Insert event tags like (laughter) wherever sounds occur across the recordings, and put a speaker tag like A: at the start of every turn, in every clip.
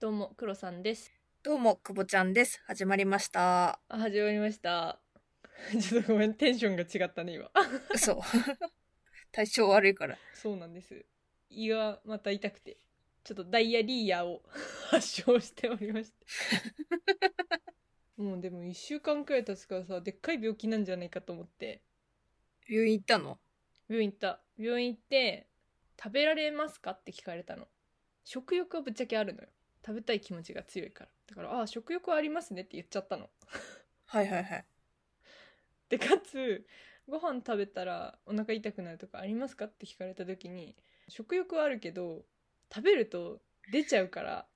A: どうも、クロさんです。
B: どうも、くぼちゃんです。始まりました。
A: あ、始まりました。 (laughs) ちょっとごめん、テンションが違ったね、今。
B: 嘘。 (laughs) 体調悪いから。
A: そうなんです。胃がまた痛くて、ちょっとダイアリーヤを (laughs) 発症しておりまして。もうでも1週間くらい経つからさ、でっかい病気なんじゃないかと思って、
B: 病院行ったの
A: 病院行った。病院行って、食べられますかって聞かれたの。食欲はぶっちゃけあるのよ。食べたい気持ちが強いから。だから、あ、食欲はありますねって言っちゃったの。
B: はいはいはい。
A: でかつご飯食べたらお腹痛くなるとかありますかって聞かれた時に食欲はあるけど食べると出ちゃうから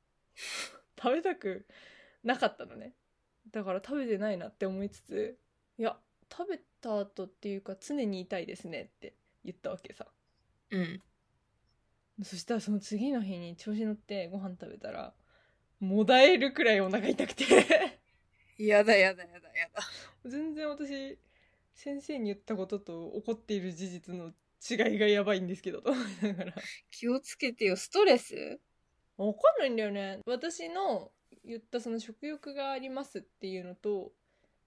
A: 食べたくなかったのねだから食べてないなって思いつついや食べた後っていうか常に痛いですねって言ったわけさ
B: うん。
A: そしたらその次の日に調子乗ってご飯食べたらもだえるくらいお腹痛くて
B: やだやだやだやだ。
A: 全然私先生に言ったことと起こっている事実の違いがやばいんですけどと思いながら
B: 気をつけてよ、ストレス
A: 分かんないんだよね私の言ったその食欲がありますっていうのと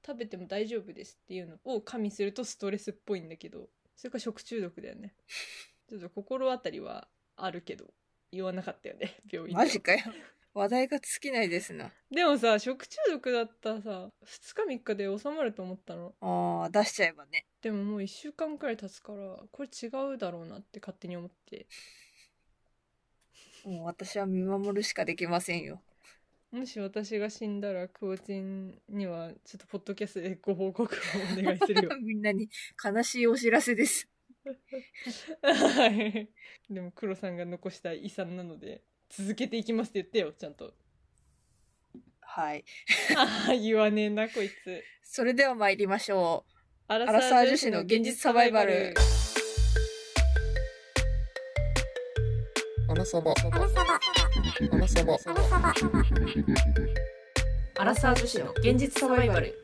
A: 食べても大丈夫ですっていうのを加味するとストレスっぽいんだけどそれから食中毒だよねちょっと心当たりはあるけど言わなかったよね病院では
B: マジかよ。話題が尽きないですな。
A: でもさ食中毒だったらさ2日3日で収まると思ったの
B: あー、出しちゃえばね。
A: でももう1週間くらい経つからこれ違うだろうなって勝手に思って
B: もう私は見守るしかできませ
A: (laughs)
B: んよ。
A: もし私が死んだらクオチンにはちょっとポッドキャストでご報告をお願いするよ
B: (laughs) みんなに悲しいお知らせです。
A: はいでも黒さんが残した遺産なので続けていきますって言ってよちゃんと (laughs)
B: はい。
A: ああ言わねえなこいつ
B: それでは参りましょう。
A: アラ
B: アラサー女子の現実サバイバル。
C: アラサバ。アラサバ。アラサバ。
A: アラサー女子の現実サバイバル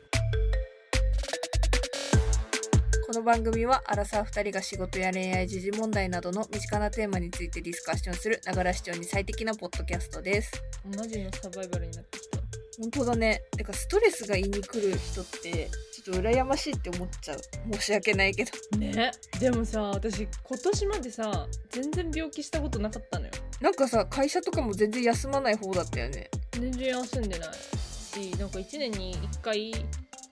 B: この番組はアラサー2人が仕事や恋愛時事問題などの身近なテーマについてディスカッションするながら視聴に最適なポッドキャストです
A: マジのサバイバルになってきた
B: 本当だねてかストレスが胃に来る人ってちょっと羨ましいって思っちゃう申し訳ないけど
A: ねでもさ私今年までさ全然病気したことなかったのよ
B: なんかさ会社とかも全然休まない方だったよね
A: 全然休んでないしなんか1年に1回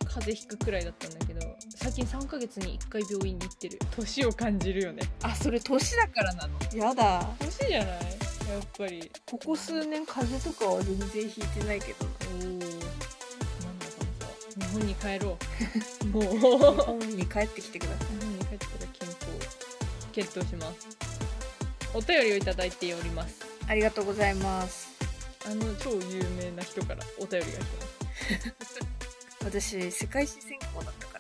A: 風邪ひくくらいだったんだけど最近3ヶ月に1回病院に行ってる年を感じるよね
B: あそれ年だからなのやだ
A: 年じゃないやっぱり
B: ここ数年風邪とかは全然ひいてないけど
A: おおなんだかんだ日本に帰ろう (laughs) もう日本
B: 日本に帰ってきてください
A: に帰ってから健康検討しますお便りをいただいております
B: ありがとうございます
A: あの超有名な人からお便りが来てます
B: 私世界史専攻だったか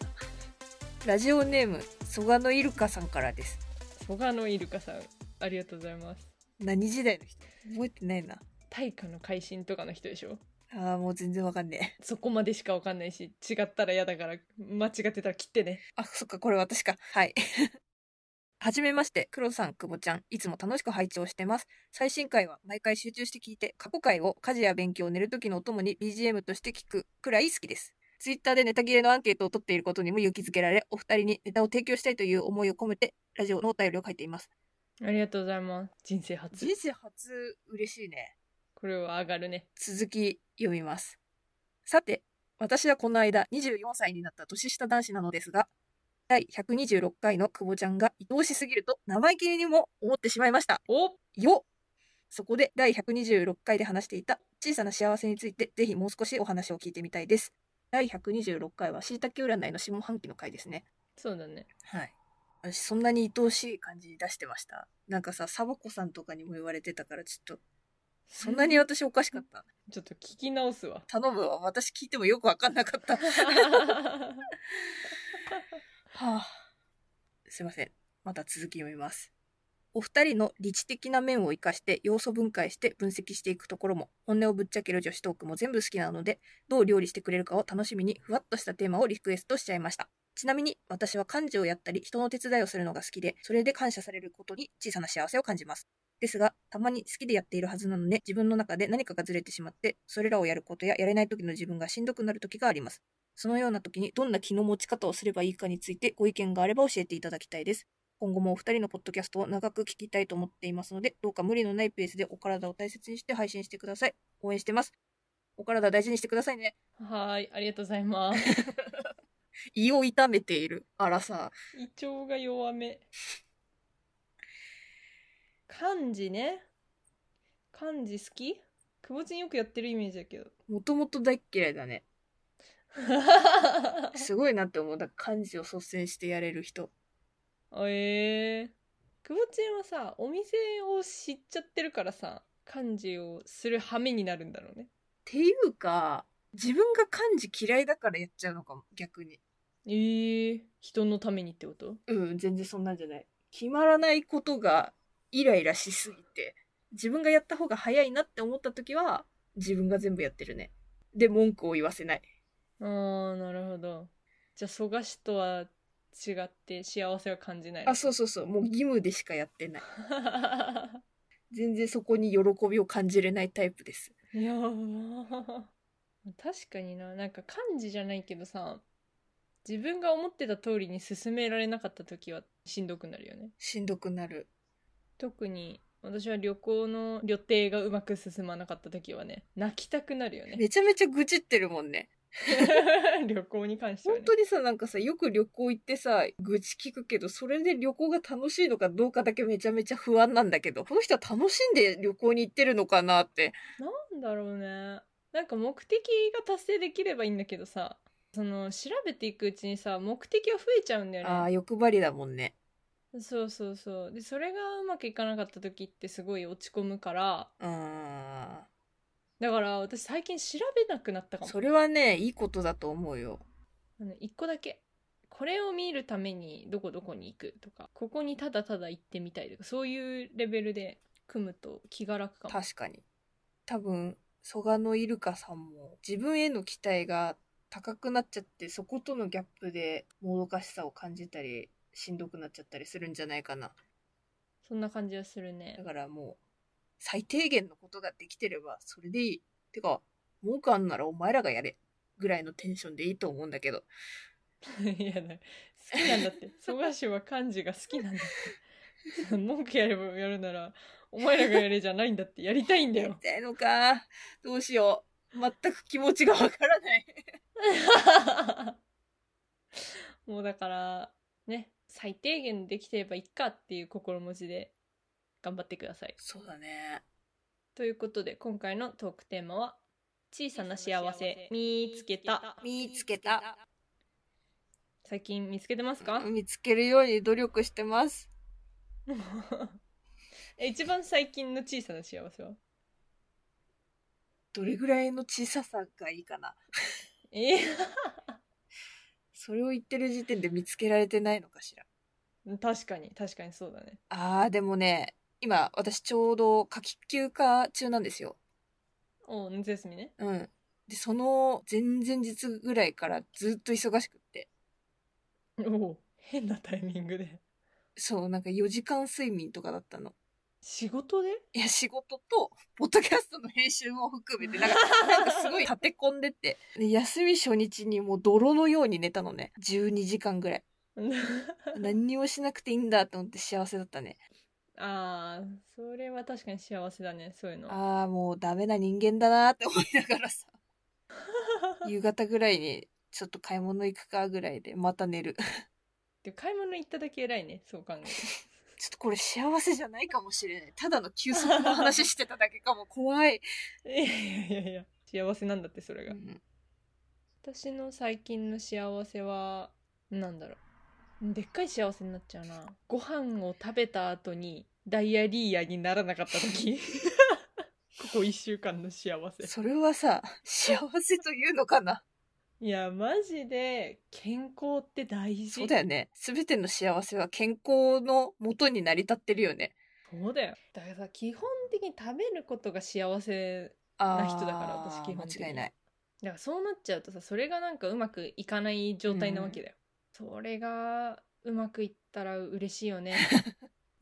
B: らラジオネーム蘇我のイルカさんからです
A: 蘇我のイルカさんありがとうございます
B: 何時代の人覚えてないな
A: 大化の改新とかの人でしょ
B: あーもう全然わかんねえ
A: そこまでしかわかんないし違ったら嫌だから間違ってたら切ってね
B: あそっかこれ私かはい (laughs) はじめまして、黒さん、久保ちゃん、いつも楽しく拝聴してます。最新回は毎回集中して聞いて、過去回を家事や勉強、寝る時のお供に BGM として聞くくらい好きです。ツイッターでネタ切れのアンケートを取っていることにも勇気づけられ、お二人にネタを提供したいという思いを込めて、ラジオのお便りを書いています。
A: ありがとうございます人生初
B: 人生初、嬉しいね。
A: これは上がるね
B: 続き読みます。さて、私はこの間24歳になった年下男子なのですが、第126回の久保ちゃんが愛おしすぎると生意気にも思ってしまいました。
A: お
B: よそこで第126回で話していた小さな幸せについて、ぜひもう少しお話を聞いてみたいです。第126回は椎茸占いの下半期の回ですね。
A: そうだね
B: はい。私そんなに愛おしい感じ出してました。なんかさ、サバコさんとかにも言われてたからちょっと、そんなに私おかしかった。
A: ちょっと聞き直すわ
B: 頼むわ私聞いてもよく分かんなかった (laughs) はあすいませんまた続き読みますお二人の理知的な面を生かして要素分解して分析していくところも本音をぶっちゃける女子トークも全部好きなのでどう料理してくれるかを楽しみにふわっとしたテーマをリクエストしちゃいましたちなみに私は漢字をやったり人の手伝いをするのが好きで、それで感謝されることに小さな幸せを感じます。ですが、たまに好きでやっているはずなので、自分の中で何かがずれてしまって、それらをやることややれない時の自分がしんどくなる時があります。そのような時にどんな気の持ち方をすればいいかについてご意見があれば教えていただきたいです。今後もお二人のポッドキャストを長く聞きたいと思っていますので、どうか無理のないペースでお体を大切にして配信してください。応援してます。お体大事にしてくださいね。
A: はーい、ありがとうございます。
B: 胃を痛めている。あらさ。
A: 胃腸が弱め。漢字ね。漢字好きくぼちんよくやってるイメージだけ
B: (laughs)
A: ど。
B: もともと大っ嫌いだね。すごいなって思う。だから漢字を率先してやれる人。
A: ええくぼちんはさ、お店を知っちゃってるからさ、漢字をする羽目になるんだろうね。
B: っていうか、自分が漢字嫌いだからやっちゃうのかも、逆に。
A: ええ人のためにってこと
B: うん、全然そんなんじゃない。決まらないことがイライラしすぎて、自分がやった方が早いなって思った時は、自分が全部やってるね。で、文句を言わせない。
A: あー、なるほど。じゃあ、蘇我氏とは違って幸せは感じないの
B: あ、そうそうそう、もう義務でしかやってない。
A: い
B: 全然そこに喜びを感じれないタイプです。
A: (laughs) やー確かにななんか漢字じゃないけどさ自分が思ってた通りに進められなかった時はしんどくなるよね
B: しんどくなる。
A: 特に私は旅行の旅程がうまく進まなかった時はね泣きたくなるよね
B: めちゃめちゃ愚痴ってるもんね。
A: (laughs) 旅行に関しては
B: 本
A: ね
B: 当にさ、なんかさ、よく旅行行ってさ、愚痴聞くけど、それで旅行が楽しいのかどうかだけめちゃめちゃ不安なんだけど、この人は楽しんで旅行に行ってるのかなって。
A: なんだろうねなんか目的が達成できればいいんだけどさその調べていくうちにさ目的が増えちゃうんだよね
B: ああ、欲張りだもんね。
A: そうそうそうでそれがうまくいかなかった時ってすごい落ち込むから
B: うーん。
A: だから私最近調べなくなったかも
B: それはね、いいことだと思うよ。
A: あの一個だけこれを見るためにどこどこに行くとかここにただただ行ってみたいとかそういうレベルで組むと気が楽かも
B: 確かに。多分、蘇我のイルカさんも、自分への期待が高くなっちゃって、そことのギャップで、もどかしさを感じたり、しんどくなっちゃったりするんじゃないかな。
A: そんな感じはするね
B: だからもう、最低限のことができてれば、それでいい。てか、文句あんならお前らがやれ。ぐらいのテンションでいいと思うんだけど。
A: (laughs) いやだ好きなんだって蘇我氏は漢字が好きなんだって (laughs) 文句やればやるならお前らがやれじゃないんだってやりたいんだ
B: やり (laughs)
A: よ
B: たいのか。どうしよう。全く気持ちがわからない。
A: もうだからね最低限できてればいいかっていう心持ちで頑張ってください
B: そうだね。
A: ということで今回のトークテーマは「小さな幸せ見つけた
B: 見つけた。」
A: 最近見つけてますか
B: 見つけるように努力してます。
A: え (laughs) 一番最近の小さな幸せは
B: どれぐらいの小ささがいいかな。
A: え
B: それを言ってる時点で見つけられてないのかしら。
A: ー (laughs) 確かに確かにそうだね
B: あー、でもね、今、私ちょうど夏季休暇中なんですよ。
A: おう夏休みね
B: うん。で、その前々日ぐらいからずっと忙しくって。
A: おう変なタイミングで
B: そう、なんか4時間睡眠とかだったの。
A: 仕事で (laughs)
B: いや、仕事と、ポッドキャストの編集も含めて、なんか、なんかすごい立て込んでって。で休み初日にもう泥のように寝たのね。12時間ぐらい。何にもしなくていいんだと思って幸せだったね。
A: ああそれは確かに幸せだねそういうの
B: ああ、もうダメな人間だなって思いながらさ。夕方ぐらいに、ちょっと買い物行くかぐらいで、また寝る。
A: (laughs) で買い物行っただけ偉いねそう考える
B: ちょっとこれ幸せじゃないかもしれない。ただの休息の話してただけかも。怖い。
A: と (laughs) いやいやいや幸せなんだってそれ
B: う
A: が、
B: ん
A: 私の最近の幸せはなんだろうでっかい幸せになっちゃうなご飯を食べた後にダイアリーヤにならなかった時
B: (laughs)
A: ここ1週間の幸せ
B: それはさ、幸せというの
A: (laughs)
B: かない
A: やマジで健康って大事
B: そうだよね。すべての幸せは健康のもとに成り立ってるよね。
A: そうだよだからさ基本的に食べることが幸せ
B: あー
A: な人だから私基本的に
B: 間違いない。
A: だからそうなっちゃうとさそれがなんかうまくいかない状態なわけだよ、それがうまくいったら嬉しいよね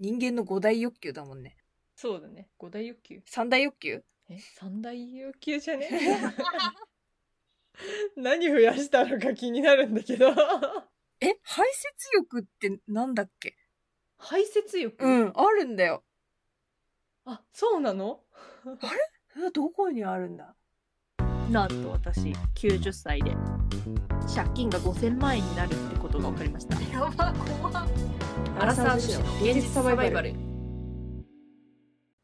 B: 人間の五大欲求だもんね。
A: そうだね五大欲求
B: 三大欲求
A: え三大欲求じゃね (laughs) 何増やしたのか気になるんだけど
B: え、排泄欲ってなんだっけ
A: 排泄欲、
B: うん、あるんだよ。
A: あそうなの
B: えどこにあるんだ
D: なんと私90歳で借金が5000万円になるってことが分かりました
B: やば、怖
D: アラサー女子の現実サバイバル
A: ちょ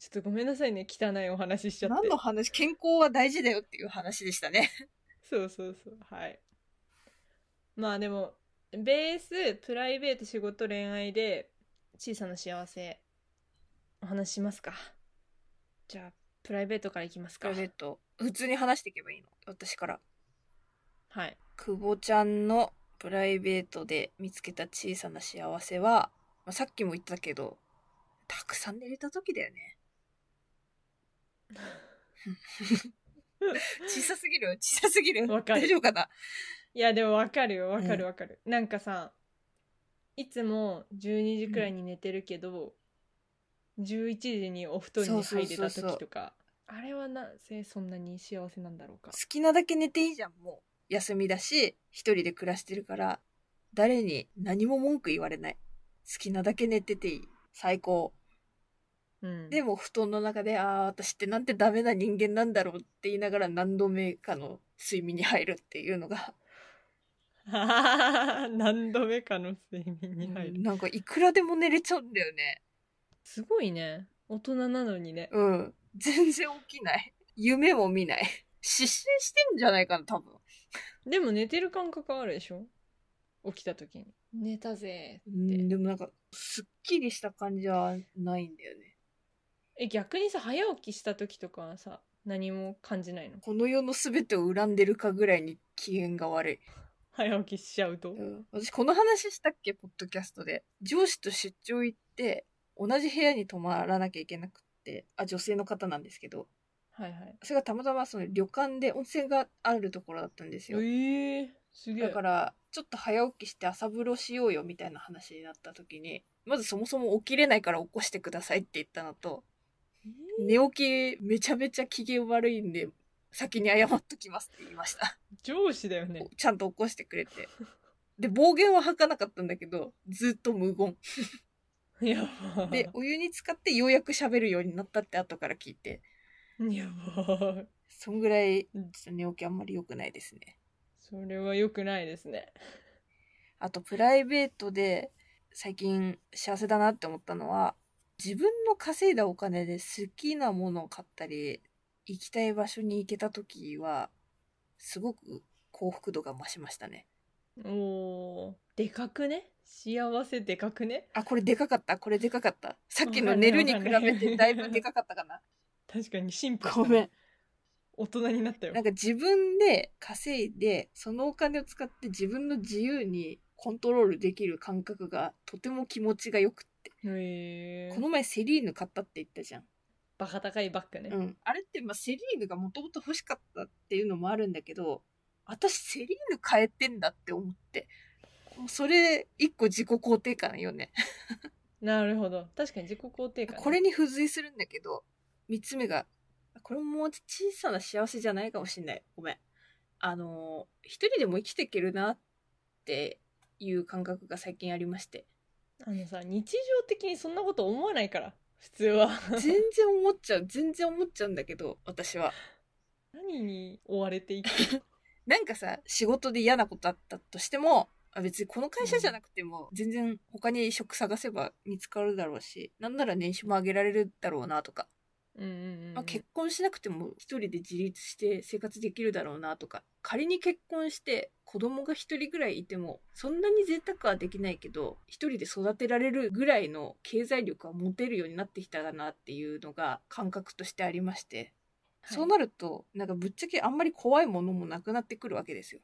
A: っとごめんなさいね汚いお話ししちゃって
B: 何の話健康は大事だよっていう話でし
D: (laughs)
B: たね。
A: そうそうそうはいまあでもベースプライベート仕事恋愛で小さな幸せお話ししますかじゃあプライベートからいきますか
B: えっと、普通に話していけばいいの私から。
A: はい
B: 久保ちゃんのプライベートで見つけた小さな幸せは、まあ、さっきも言ったけど、たくさん寝れた時だよ
D: (laughs)
B: ね。 (laughs) 小さすぎる小さすぎる
A: わかる
B: 大丈夫かない
A: やでもわかるよわかるわかる、なんかさいつも12時くらいに寝てるけど、11時にお布団に入れた時とか
B: そうそうそう
A: あれはなぜそんなに幸せなんだろうか
B: 好きなだけ寝ていいじゃん、もう。休みだし、一人で暮らしてるから、誰に何も文句言われない。好きなだけ寝てていい。最高。
A: うん
B: でも布団の中で、ああ、私ってなんてダメな人間なんだろうって言いながら何度目かの睡眠に入るっていうのが、
A: (laughs) 何度目かの睡眠に入る、
B: うんなんかいくらでも寝れちゃうんだよね。
A: すごいね大人なのにね
B: うん。全然起きない。夢も見ない。失神してんじゃないかな、多分。
A: でも寝てる感覚あるでしょ起きた時に寝たぜ
B: うん、でもなんか、すっきりした感じはないんだよね。
A: え逆にさ早起きした時とかはさ何も感じないの
B: この世の全てを恨んでるかぐらいに機嫌が悪い。
A: 早起きしちゃうと
B: うん、私この話したっけポッドキャストで上司と出張行って同じ部屋に泊まらなきゃいけなくってあ女性の方なんですけど
A: はいはい
B: それがたまたまその旅館で温泉があるところだったんですよ
A: ええすげえ
B: だからちょっと早起きして朝風呂しようよみたいな話になった時にまずそもそも起きれないから起こしてくださいって言ったのと寝起きめちゃめちゃ機嫌悪いんで先に謝っときますって言いました
A: 上司だよね
B: ちゃんと起こしてくれて。で、暴言は吐かなかったんだけど、ずっと無言。
A: やば
B: で、お湯に浸かってようやく喋るようになったって後から聞いて、
A: やばい
B: そんぐらい、ち
A: う
B: ょ
A: ん
B: っと寝起きあんまり良くないですね。
A: それは良くないですね
B: あと、プライベートで、最近幸せだなって思ったのは、自分の稼いだお金で好きなものを買ったり、行きたい場所に行けた時は、すごく幸福度が増しましたね。
A: おーでかくね幸せでかくね
B: あ、これでかかったこれでかかったさっきの寝るに比べてだいぶでかかったかな
A: 確かに進歩した
B: ごめん。
A: 大人になったよ
B: (laughs) なんか自分で稼いで、そのお金を使って自分の自由にコントロールできる感覚がとても気持ちがよくって。
A: へえ
B: この前セリーヌ買ったって言ったじゃん。
A: バカ高いバッグね、
B: うん。あれって、まあ、セリーヌがもともと欲しかったっていうのもあるんだけど、私セリーヌ変えてんだって思って。もうそれ、一個自己肯定感よね。
A: なるほど確かに自己肯定感ね、
B: これに付随するんだけど、三つ目が、これももう小さな幸せじゃないかもしんない。ごめん。あのー、一人でも生きていけるなっていう感覚が最近あり
A: (laughs)
B: まして。
A: あのさ日常的にそんなこと思わないから普通は (laughs)
B: 全然思っちゃう、全然思っちゃうんだけど、私は。
A: 何に追われて
D: (laughs)
A: いく
B: なんかさ、仕事で嫌なことあったとしても、あ別にこの会社じゃなくても、全然他に職探せば見つかるだろうし、なんなら年収も上げられるだろうなとか、
A: うんうん、うん、
B: まあ、結婚しなくても一人で自立して生活できるだろうなとか仮に結婚して子供が一人ぐらいいてもそんなに贅沢はできないけど一人で育てられるぐらいの経済力は持てるようになってきたなっていうのが感覚としてありまして、
A: はい
B: そうなるとなんかぶっちゃけあんまり怖いものもなくなってくるわけですよ。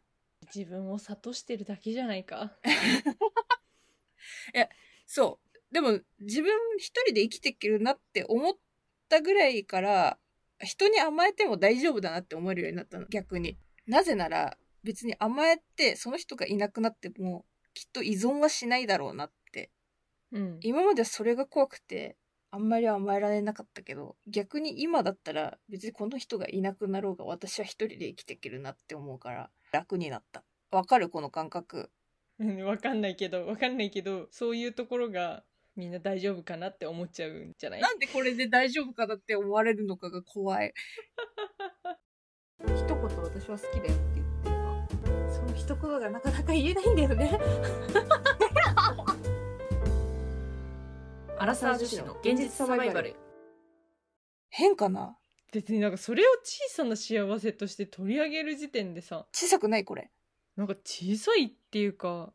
A: 自分を諭してるだけじゃな
D: (laughs)
A: いか
B: そうでも自分一人で生きていけるなって思ったぐらいから人に甘えても大丈夫だなって思えるようになったの逆になぜなら別に甘えてその人がいなくなってもきっと依存はしないだろうなって
A: うん
B: 今まではそれが怖くてあんまり甘えられなかったけど逆に今だったら別にこの人がいなくなろうが私は一人で生きていけるなって思うから楽になったわかるこの感覚
A: うんわかんないけどわかんないけどそういうところがみんな大丈夫かなって思っちゃうんじゃない
B: なんでこれで大丈夫かだって思われるのかが怖い
D: (laughs) 一言私は好きだよって言ってるのその一言がなかなか言えないんだよねアラサー女子の現実サバイバル
B: 変かな
A: 別になんかそれを小さな幸せとして取り上げる時点でさ
B: 小さくないこれ
A: なんか小さいっていうか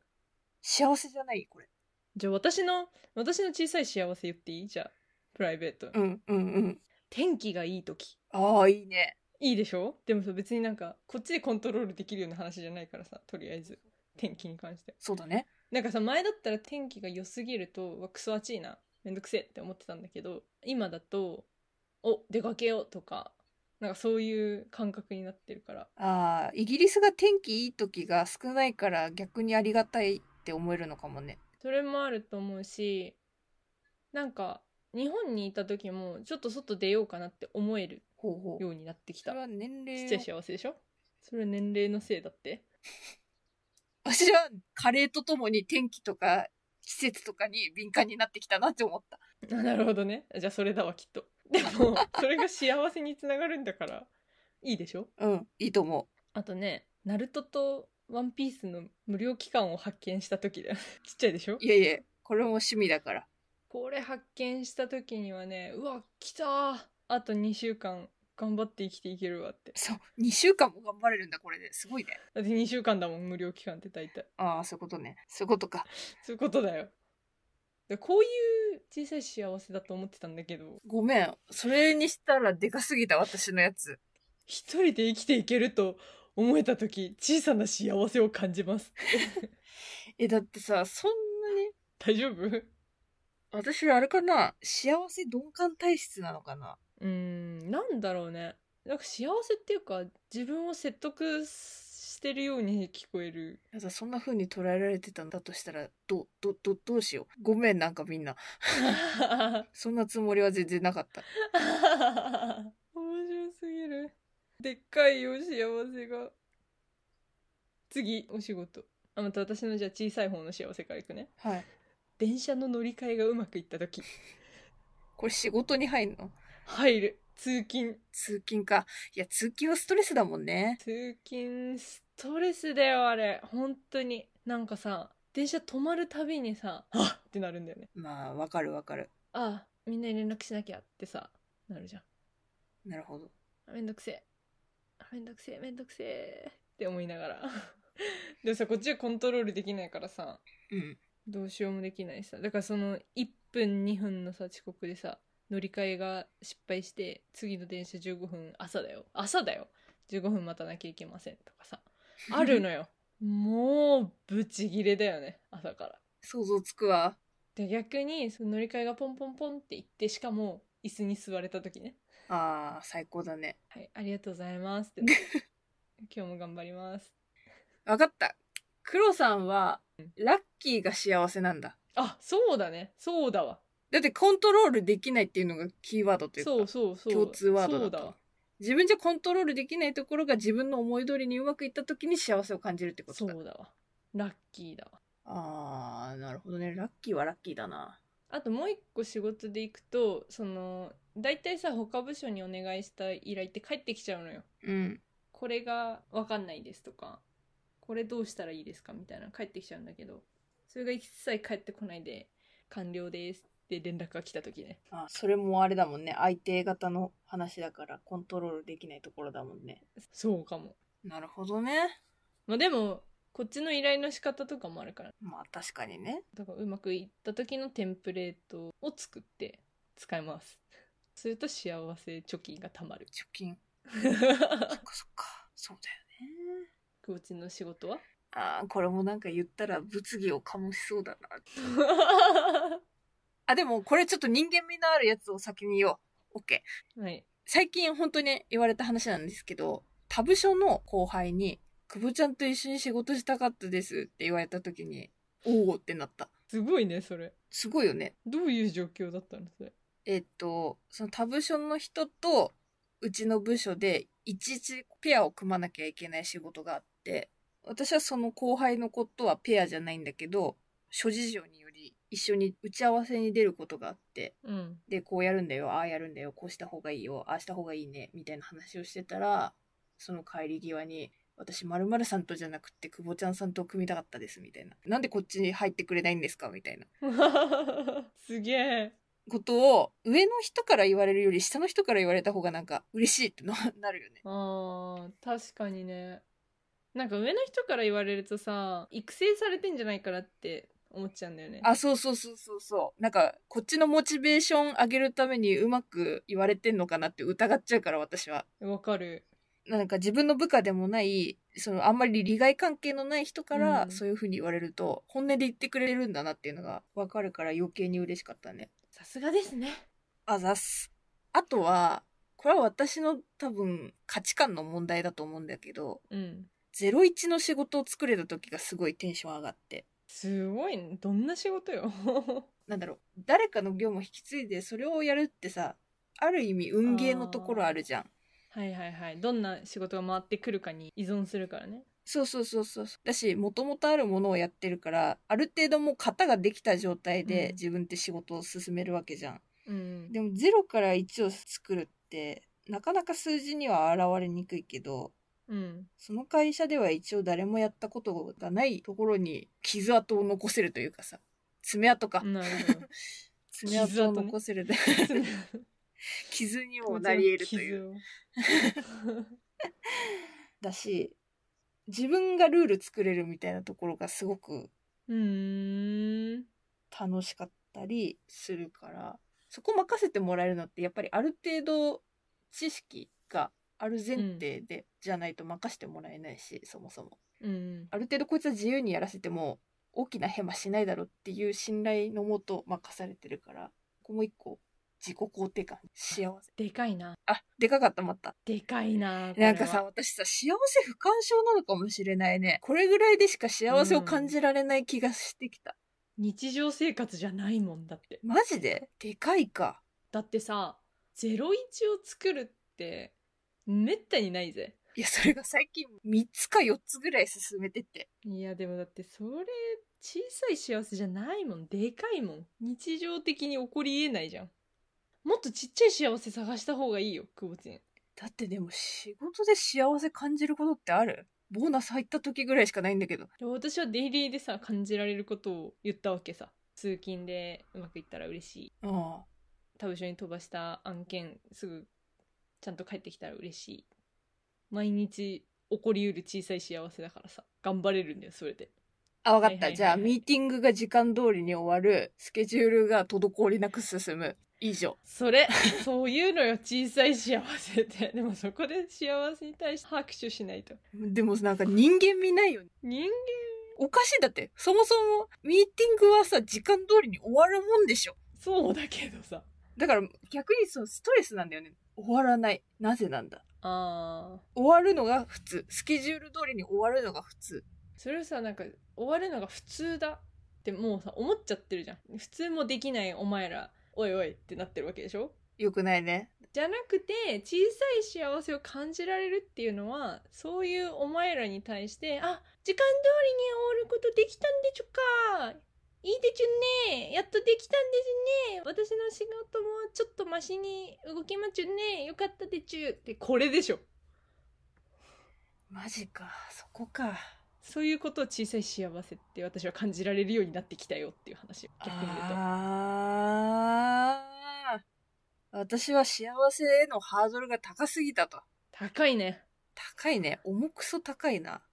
B: 幸せじゃないこれ
A: じゃあ私の私の小さい幸せ言っていいじゃあプライベート、
B: うんうんうん
A: 天気がいい時
B: ああいいね
A: いいでしょでもさ別になんかこっちでコントロールできるような話じゃないからさとりあえず天気に関して
B: そうだね
A: なんかさ前だったら天気が良すぎるとうわクソ暑いなめんどくせえって思ってたんだけど今だとお出かけようとかなんかそういう感覚になってるから
B: ああイギリスが天気いい時が少ないから逆にありがたいって思えるのかもね
A: それもあると思うしなんか日本にいた時もちょっと外出ようかなって思える
B: ほうほう
A: ようになってき
B: そ
A: た
B: れは年
A: ち
B: 齢
A: っちゃい幸せでしょそれは年齢のせいだって
B: 私は加齢とともに天気とか季節とかに敏感になってきたなって思った
A: あなるほどねじゃあそれだわきっとで (laughs) もそれが幸せにつながるんだからいいでしょ
B: うんいいと思
A: あとねナルトとワンピースの無料期間を発見した時だよ (laughs) ちっちゃいでしょ
B: ういえいえこれも趣味だから
A: これ発見した時にはねうわ来たーあと2週間頑張って生きていけるわって
B: そう2週間も頑張れるんだこれですごいね
A: だって2週間だもん無料期間って大体
B: ああそういうことねそういうことか
A: そういうことだよでこういう小さい幸せだと思ってたんだけど
B: ごめんそれにしたらでかすぎた私のやつ
A: 一人で生きていけると思えた時小さな幸せを感じます
B: えだってさそんなに
A: 大丈夫
B: 私あれかな幸せ鈍感体質なのかな
A: うーんなんだろうねなんか幸せっていうか自分を説得してるように聞こえる
B: やだそんな風に捉えられてたんだとしたらどうどどどうしようごめんなんかみんなそんなつもりは全然なかった
A: 面白すぎるでっかいよ幸せが次お仕事あまた私のじゃあ小さい方の幸せからいくね
B: はい
A: 電車の乗り換えがうまくいった時
B: これ仕事に入るの
A: 入る通勤
B: 通勤かいや通勤はストレスだもんね
A: 通勤ストレスだよあれ本当になんかさ電車止まるたびにさあっってなるんだよね
B: まあわかるわかる
A: ああみんなに連絡しなきゃってさなるじゃん
B: なるほど
A: あめんどくせえあめんどくせえめんどくせえって思いながら (laughs) でもさこっちはコントロールできないからさ
B: うん
A: どうしようもできないしさだからその1分2分のさ遅刻でさ乗り換えが失敗して次の電車15分朝だよ朝だよ15分待たなきゃいけませんとかさあるのよもうブチギレだよね朝から
B: 想像つくわ
A: で逆にその乗り換えがポンポンポンって行ってしかも椅子に座れた時ね
B: あー最高だね
A: はい、ありがとうございますって。
B: (laughs)
A: 今日も頑張ります。
B: わかった。黒さんは、ラッキーが幸せなんだ。
A: あ、そうだね。そうだわ。
B: だってコントロールできないっていうのがキーワードというか、
A: そうそうそう。
B: 共通ワード
A: そ
B: だ
A: う
B: と
A: だわ。
B: 自分じゃコントロールできないところが自分の思い通りにうまくいった時に幸せを感じるってこと
A: そ
B: だ。
A: うだわ。ラッキーだわ。
B: あー、なるほどね。ラッキーはラッキーだな。
A: あともう一個仕事で行くと、その、大体さ、他部署にお願いした依頼って帰ってきちゃうのよ。
B: うん。
A: これがわかんないですとか、これどうしたらいいですかみたいなの帰ってきちゃうんだけど、それが一切帰ってこないで、完了ですって連絡が来た時ね。
B: あそれもあれだもんね。相手型の話だから、コントロールできないところだもんね。
A: そうかも。
B: なるほどね。
A: まあでも、こっちの依頼の仕方とかもあるから、
B: まあ確かにね。
A: だからうまくいった時のテンプレートを作って使います。すると幸せ貯金がたま (laughs) る。
B: 貯金。そっかそっか。そうだよね。
A: コーチの仕事 (laughs) は
B: あーこれもなんか言ったら物議を醸しそうだな。あ、でもこれちょっと人間味のあるやつを先に言おう。オッケー。
A: はい。
B: 最近本当に言われた話なんですけど、他部署の後輩に、久保ちゃんと一緒に仕事したかったですって言われた時に、おおってなった。
A: すごいねそれ
B: すごいよね。
A: どういう状況だったのそれ
B: えっと、その他部署の人とうちの部署でいちいちペアを組まなきゃいけない仕事があって、私はその後輩の子とはペアじゃないんだけど、諸事情により一緒に打ち合わせに出ることがあって、
A: うん
B: で、こうやるんだよ、ああやるんだよ、こうした方がいいよ、ああした方がいいね、みたいな話をしてたら、その帰り際に、私、まるさんとじゃなくて、久保ちゃんさんと組みたかったです、みたいな。なんでこっちに入ってくれないんですかみたいな。
A: (laughs) すげえ
B: ことを、上の人から言われるより、下の人から言われた方がなんか、嬉しいっての (laughs) なるよね。
A: あー確かにねなんか上の人から言われるとさ育成されてんじゃないかなって思っちゃうんだよね
B: あ、そうそうそうそうそう。なんか、こっちのモチベーション上げるためにうまく言われてんのかなって疑っちゃうから、私は。
A: わかる
B: なんか自分の部下でもない、そのあんまり利害関係のない人から
A: うん
B: そういうふうに言われると、本音で言ってくれるんだなっていうのがわかるから余計に嬉しかったね。
A: さすがですね
B: あざっす。あとは、これは私の多分価値観の問題だと思うんだけど、
A: うん
B: 01の仕事を作れた時がすごいテンション上がって、
A: すごいねどんな仕事よ
B: なんだろう、誰かの業務を引き継いでそれをやるってさ、ある意味運ゲーのところあるじゃん。
A: はいはいはいどんな仕事が回ってくるかに依存するからね
B: そうそうそうそうそう。だし、もともとあるものをやってるから、ある程度もう型ができた状態
A: う
B: で
A: ん
B: 自分って仕事を進めるわけじゃん。
A: うん
B: でも0から1を作るって、なかなか数字には現れにくいけど、
A: うん
B: その会社では一応誰もやったことがないところに傷跡を残せるというかさ、爪痕か。
A: なるほど
B: 爪痕を
A: 傷跡ね
B: 残せ (laughs) ると傷にもなり得るという。 (laughs)
A: 傷を
B: だし、自分がルール作れるみたいなところがすごく
A: うーん
B: 楽しかったりするからそこ任せてもらえるのってやっぱりある程度知識がある前提で、じゃないと任せてもらえないしそもそも
A: うん
B: ある程度こいつは自由にやらせても大きなヘマしないだろうっていう信頼のもと任されてるからここも一個自己肯定感幸せ
A: でかいな
B: あでかかったまた
A: でかいなこれ
B: な
A: は
B: んかさ私さ幸せ不干渉なのかもしれないねこれぐらいでしか幸せを感じられない気がしてきた、
A: 日常生活じゃないもんだって
B: マジででかいか
A: だってさ01を作るってめったにないぜ
B: いや、それが最近3つか4つぐらい進めてて。
A: いやでもだってそれ小さい幸せじゃないもんでかいもん日常的に起こりえないじゃんもっとちっちゃい幸せ探した方がいいよ久保ちん
B: だってでも仕事で幸せ感じることってあるボーナス入った時ぐらいしかないんだけど。
A: で私はデイリーでさ感じられることを言ったわけさ通勤でうまくいったら嬉しい
B: ああ。
A: 他部署に飛ばした案件すぐちゃんと帰ってきたら嬉しい毎日起こりうる小さい幸せだからさ頑張れるんだよそれで
B: あ、わか
A: は
B: っ
A: いはいはいは
B: た。
A: い
B: じゃあ、ミーティングが時間通りに終わる。スケジュールが滞りなく進む。以上。
A: それそういうのよ小さい幸せって (laughs) でもそこで幸せに対して拍手しないと
B: でもなんか人間味ないよね。
A: 人間
B: おかしいんだって。そもそも、ミーティングはさ、時間通りに終わるもんでしょ。
A: そうだけどさ
B: だから、逆にそのストレスなんだよね。終わらない。なぜなんだ。
A: あー
B: 終わるのが普通。スケジュール通りに終わるのが普通。
A: それをさなんか終わるのが普通だってもうさ思っちゃってるじゃん普通もできないお前らおいおいってなってるわけでしょ
B: よくないね。
A: じゃなくて小さい幸せを感じられるっていうのはそういうお前らに対して「あ時間通りに終わることできたんでちゅかいいでちゅねやっとできたんですね私の仕事もちょっとマシに動きまちゅねよかったでちゅ」ってこれでしょ
B: マジか、そこか。
A: そういうことを小さい幸せって私は感じられるようになってきたよっていう話を逆に言うと。
B: ああ。私は幸せへのハードルが高すぎたと。
A: 高いね
B: 高いね。重くそ高いな。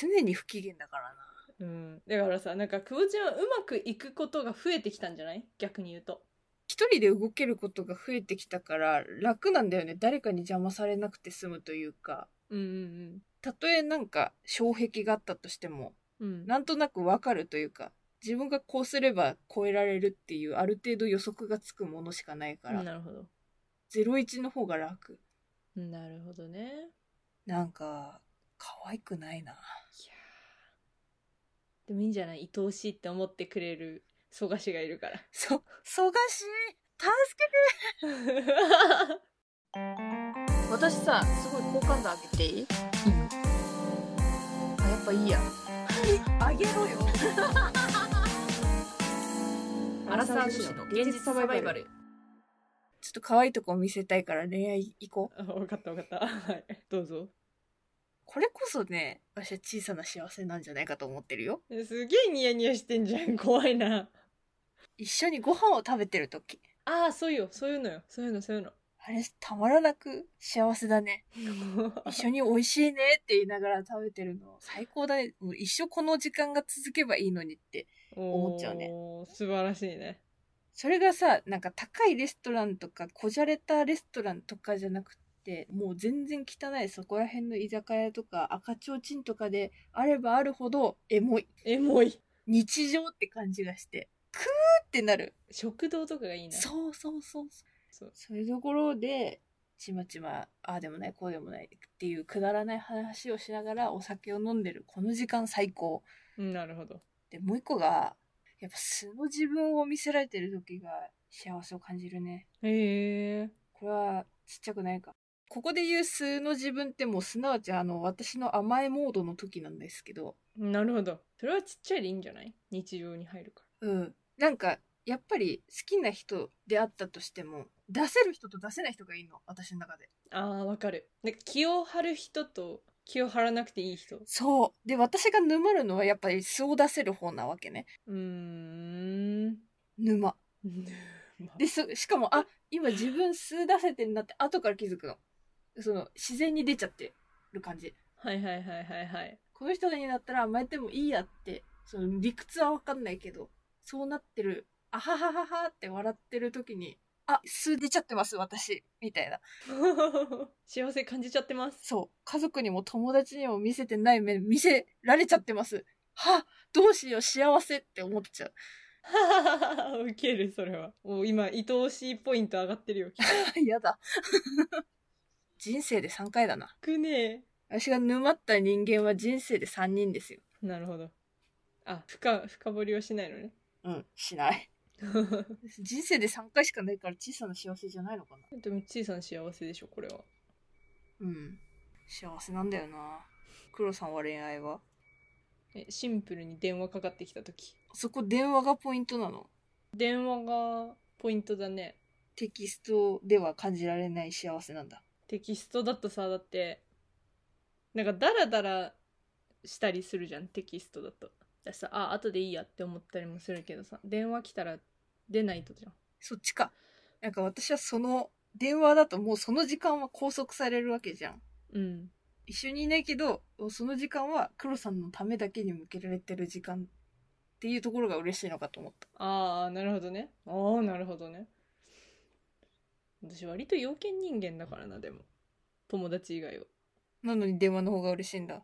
B: 常に不機嫌だからな。
A: うん、だからさなんか久保ちゃんはうまくいくことが増えてきたんじゃない逆に言うと
B: 一人で動けることが増えてきたから楽なんだよね。誰かに邪魔されなくて済むというか。
A: うんうん
B: たとえなんか障壁があったとしても、
A: うんうん
B: なんとなくわかるというか、自分がこうすれば超えられるっていうある程度予測がつくものしかないから、
A: なるほど
B: 01の方が楽。
A: なるほどね
B: なんか、可愛くないな。
A: いやでもいいんじゃない愛おしいって思ってくれる蘇我氏がいるから。
B: (laughs) そ、そがしい助
D: 私さすごい好感度上げていい、あやっぱいいや
B: けあげろ
D: (laughs)
B: よ
D: アラサー女子の現実サバイバル
B: ちょっと可愛いとこ見せたいから恋愛行こう。
A: あわかったわかった。はい。どうぞ。
B: これこそね、私は小さな幸せなんじゃないかと思ってるよ。
A: えすげえニヤニヤしてんじゃん。怖いな。
B: 一緒にご飯を食べてるとき。
A: ああ、そうよ。そういうのよ。そういうの、 (laughs) そういうの。
B: あれ、たまらなく幸せだね。一緒に美味しいねって言いながら食べてるの最高だね。もう一生この時間が続けばいいのにって。思っちゃうね
A: おー。素晴らしいね。
B: それがさ、なんか高いレストランとか、こじゃれたレストランとかじゃなくて、もう全然汚いそこら辺の居酒屋とか赤ちょうちんとかであればあるほどエモい。
A: エモい。
B: 日常って感じがして、クーってなる。
A: 食堂とかがいいな。
B: そうそうそうそう。
A: そう。
B: そういうところで、ちまちま、ああでもない、こうでもないっていうくだらない話をしながらお酒を飲んでる、この時間最高。
A: うんなるほど。
B: で、もう一個が、やっぱ素の自分を見せられてる時が幸せを感じるね。
A: へえ。
B: これはちっちゃくないか。ここで言う素の自分ってもうすなわちあの私の甘えモードの時なんですけど、
A: なるほど。それはちっちゃいでいいんじゃない日常に入るか
B: うん。なんか、やっぱり好きな人であったとしても、出せる人と出せない人がいいの、私の中で。
A: ら。ああ、わかる。なんか気を張る人と気を張らなくていい人。う
B: そう。で、私が沼るのはやっぱり素を出せる方なわけね。
A: ーん。 (laughs)
B: 沼。
A: まあ
B: で、す、しかも、あ、今自分素出せてんなって後から気づくの。その、自然に出ちゃってる感じ。
A: はいはいはいはいはい。 (laughs)
B: この人になったら甘えてもいいやって、その理屈はわかんないけど、そうなってる、あははははって笑ってる時に、あ、素出ちゃってます、私。みたいな。
A: 幸せ感じちゃってます。 (laughs)
B: そう。家族にも友達にも見せてない目見せられちゃってます。は、どうしよう、幸せって思っちゃう。
A: ウケる、それは。もう今、愛おしいポイント上がってるよ。きっ
B: やだ。人生で3回だな。
A: くね
B: 私が沼った人間は人生で3人ですよ。
A: え。なるほど。あ、深、深掘りをしないのね。 (laughs)
B: うん、しない。人生で3回しかないから小さな幸せじゃないのかな。
A: でも、ちいさん幸せでしょ、これは。
B: うん。幸せなんだよな。黒さんは恋愛は
A: え、シンプルに電話かかってきたとき。
B: そこ電話がポイントなの。
A: 電話がポイントだね。
B: テキストでは感じられない幸せなんだ。
A: テキストだとさ、だって、なんかダラダラしたりするじゃん、テキストだと。だしさ、あ、後でいいやって思ったりもするけどさ、電話来たら出ないとじゃん。
B: そっちか。なんか私はその電話だともうその時間は拘束されるわけじゃん。
A: うん。
B: 一緒にいないけど、その時間は黒さんのためだけに向けられてる時間っていうところが嬉しいのかと思った。
A: ああ、なるほどね。ああ、なるほどね。私割と要件人間だからな、でも。友達以外は。
B: なのに電話の方が嬉しいんだ。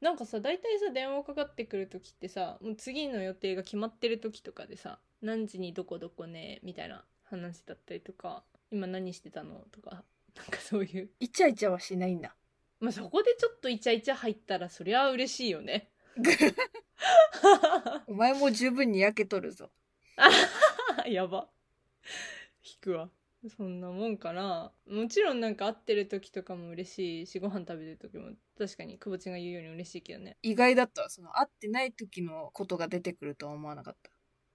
A: なんかさ、大体さ、電話かかってくるときってさ、もう次の予定が決まってるときとかでさ、何時にどこどこね、みたいな話だったりとか、今何してたのとか、なんかそういう。
B: イチャイチャはしないんだ。 (laughs)
A: まあ、そこでちょっとイチャイチャ入ったら、そりゃ嬉しいよね。 (laughs)
B: お前も十分に焼けとるぞ。
A: やば。引くわ。そんなもんかな。もちろんなんか会ってる時とかも嬉しいし、ご飯食べてる時も確かに久保ちゃんが言うように嬉しいけどね。
B: 意外だったわ。その会ってない時のことが出てくるとは思わなかっ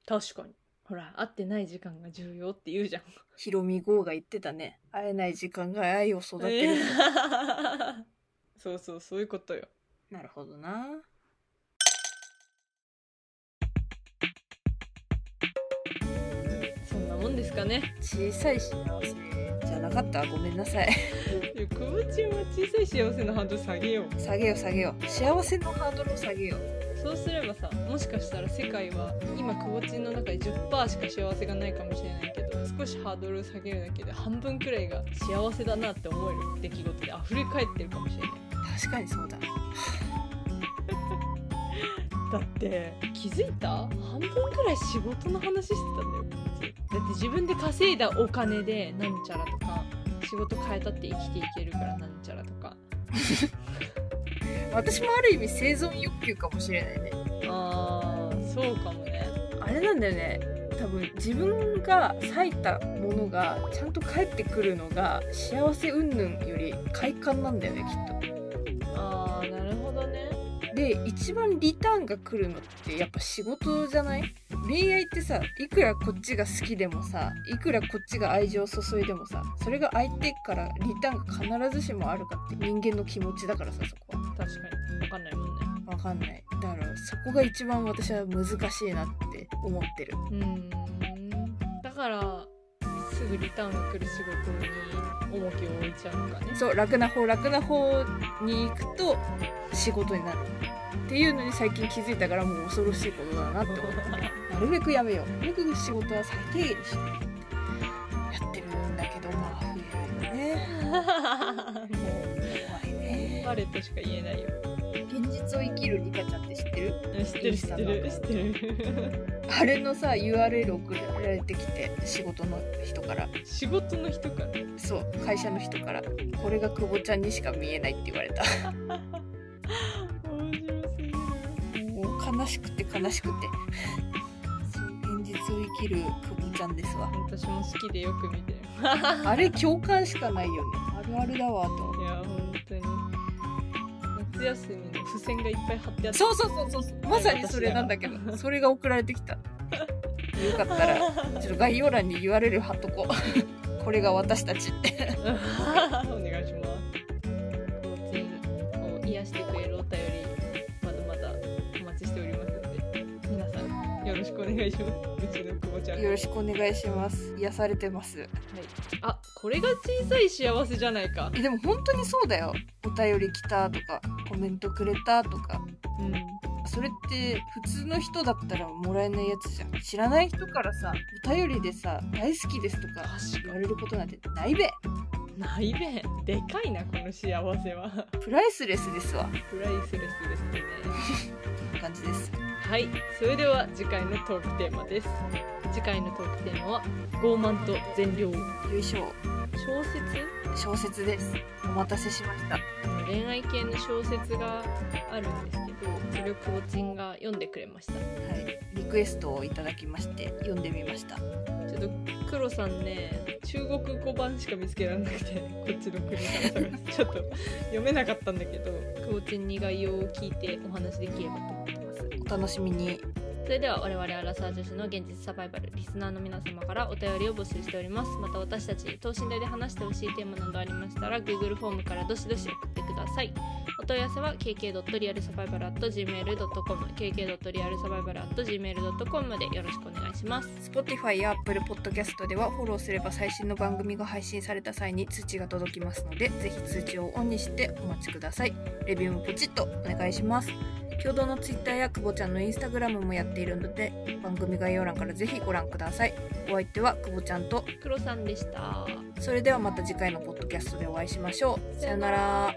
B: た。
A: 確かに。ほら、会ってない時間が重要って言うじゃん。
B: ヒロミゴーが言ってたね。会えない時間が愛を育てるんだ。
A: (laughs) そうそう、そういうことよ。
B: なるほどな。
A: そんなもんですかね。
B: 小さい幸せじゃなかった。ごめんなさい。
A: いや久保ちゃんは小さい幸せのハードル下げよう。
B: 下げよう下げよう。幸せのハードルを下げよう。
A: そうすればさもしかしたら世界は今くぼちんの中で10%しか幸せがないかもしれないけど少しハードルを下げるだけで半分くらいが幸せだなって思える出来事で溢れ返ってるかもしれない
B: 確かにそうだ。
A: だって気づいた半分くらい仕事の話してたんだよこいつだって自分で稼いだお金でなんちゃらとか仕事変えたって生きていけるからなんちゃらとか
B: 私もある意味生存欲求かもしれないね。
A: あああそうかもね
B: あれなんだよね多分自分が割いたものがちゃんと返ってくるのが幸せ云々より快感なんだよねきっ
A: ああなるほどね
B: とで一番リターンが来るのってやっぱ仕事じゃない恋愛ってさいくらこっちが好きでもさいくらこっちが愛情を注いでもさそれが相手からリターンが必ずしもあるかって人間の気持ちだからさそこは
A: 確かに分かんないもんね
B: わかんないだからそこが一番私は難しいなって思ってる
A: うんだからすぐリターンが来る仕事に重きを置いちゃうのかね (laughs)
B: そう楽な方楽な方に行くと仕事になるっていうのに最近気づいたからもう恐ろしいことだなって思ってなるべくやめようなるべく仕事は最低限にしようやってるんだけどまあ冬よね怖いね
A: バレとしか言えないよ
B: 現実を生きるリカちゃんって知ってる
A: 知ってる知ってる知ってる
B: あれのさ URL 送られてきて仕事の人から
A: 仕事の人から
B: そう会社の人からこれが久保ちゃんにしか見えないって言われた
A: 面白すぎる
B: もう悲しくて悲しくて (laughs) そう現実を生きる久保ちゃんですわ
A: 私も好きでよく見てる
B: あれ共感しかないよねあるあるだわと思っ
A: いや本当に夏休みの付箋がいっぱい貼ってあ
B: て
A: って
B: そうそうそうそうそうまさにそれなんだけどそれが送られてきたよかったらちょっと概要欄に URL 貼っとこう (laughs) これが私たちって
A: お願いします。コーチンを癒してくれるお便り、まだまだお待ちしておりますので、皆さんよろしくお願いします。うちの久保ちゃんを。
B: よろしくお願いします癒されてます
A: はい。あ、これが小さい幸せじゃないか。
B: えでも本当にそうだよお便り来たとかコメントくれたとか
A: うん。
B: それって普通の人だったらもらえないやつじゃん知らない人からさお便りでさ「大好きです」とか
A: 確
B: 言
A: か
B: われることなんてないべ
A: に。ないべ。でかいな、この幸せは。
B: プライスレスですわ
A: プライスレスですね。
B: って感じです
A: はい、それでは次回のトークテーマです。次回のトークテーマは傲慢と善良。
B: よいしょ
A: 小説
B: 小説ですお待たせしました
A: 恋愛系の小説があるんですけどそれをコーチンが読んでくれました
B: はいリクエストをいただきまして読んでみました
A: ちょっと黒さんね中国語版しか見つけられなくてこっちの国から探してちょっと読めなかったんだけどコーチンに概要を聞いてお話できればと思ってます
B: お楽しみに
A: それでは我々アラサー女子の現実サバイバルリスナーの皆様からお便りを募集しておりますまた私たちに等身大で話してほしいテーマなどありましたら Google フォームからどしどし送ってくださいお問い合わせは kk.realsurvival.gmail.com kk.realsurvival.gmail.com までよろしくお願いします
B: Spotify や Apple Podcast ではフォローすれば最新の番組が配信された際に通知が届きますのでぜひ通知をオンにしてお待ちくださいレビューもポチッとお願いします共同の Twitter や久保ちゃんの Instagram もやっているので番組概要欄からぜひご覧くださいお相手は久保ちゃんと
A: 黒さんでした
B: それではまた次回のポッドキャストでお会いしましょうさよなら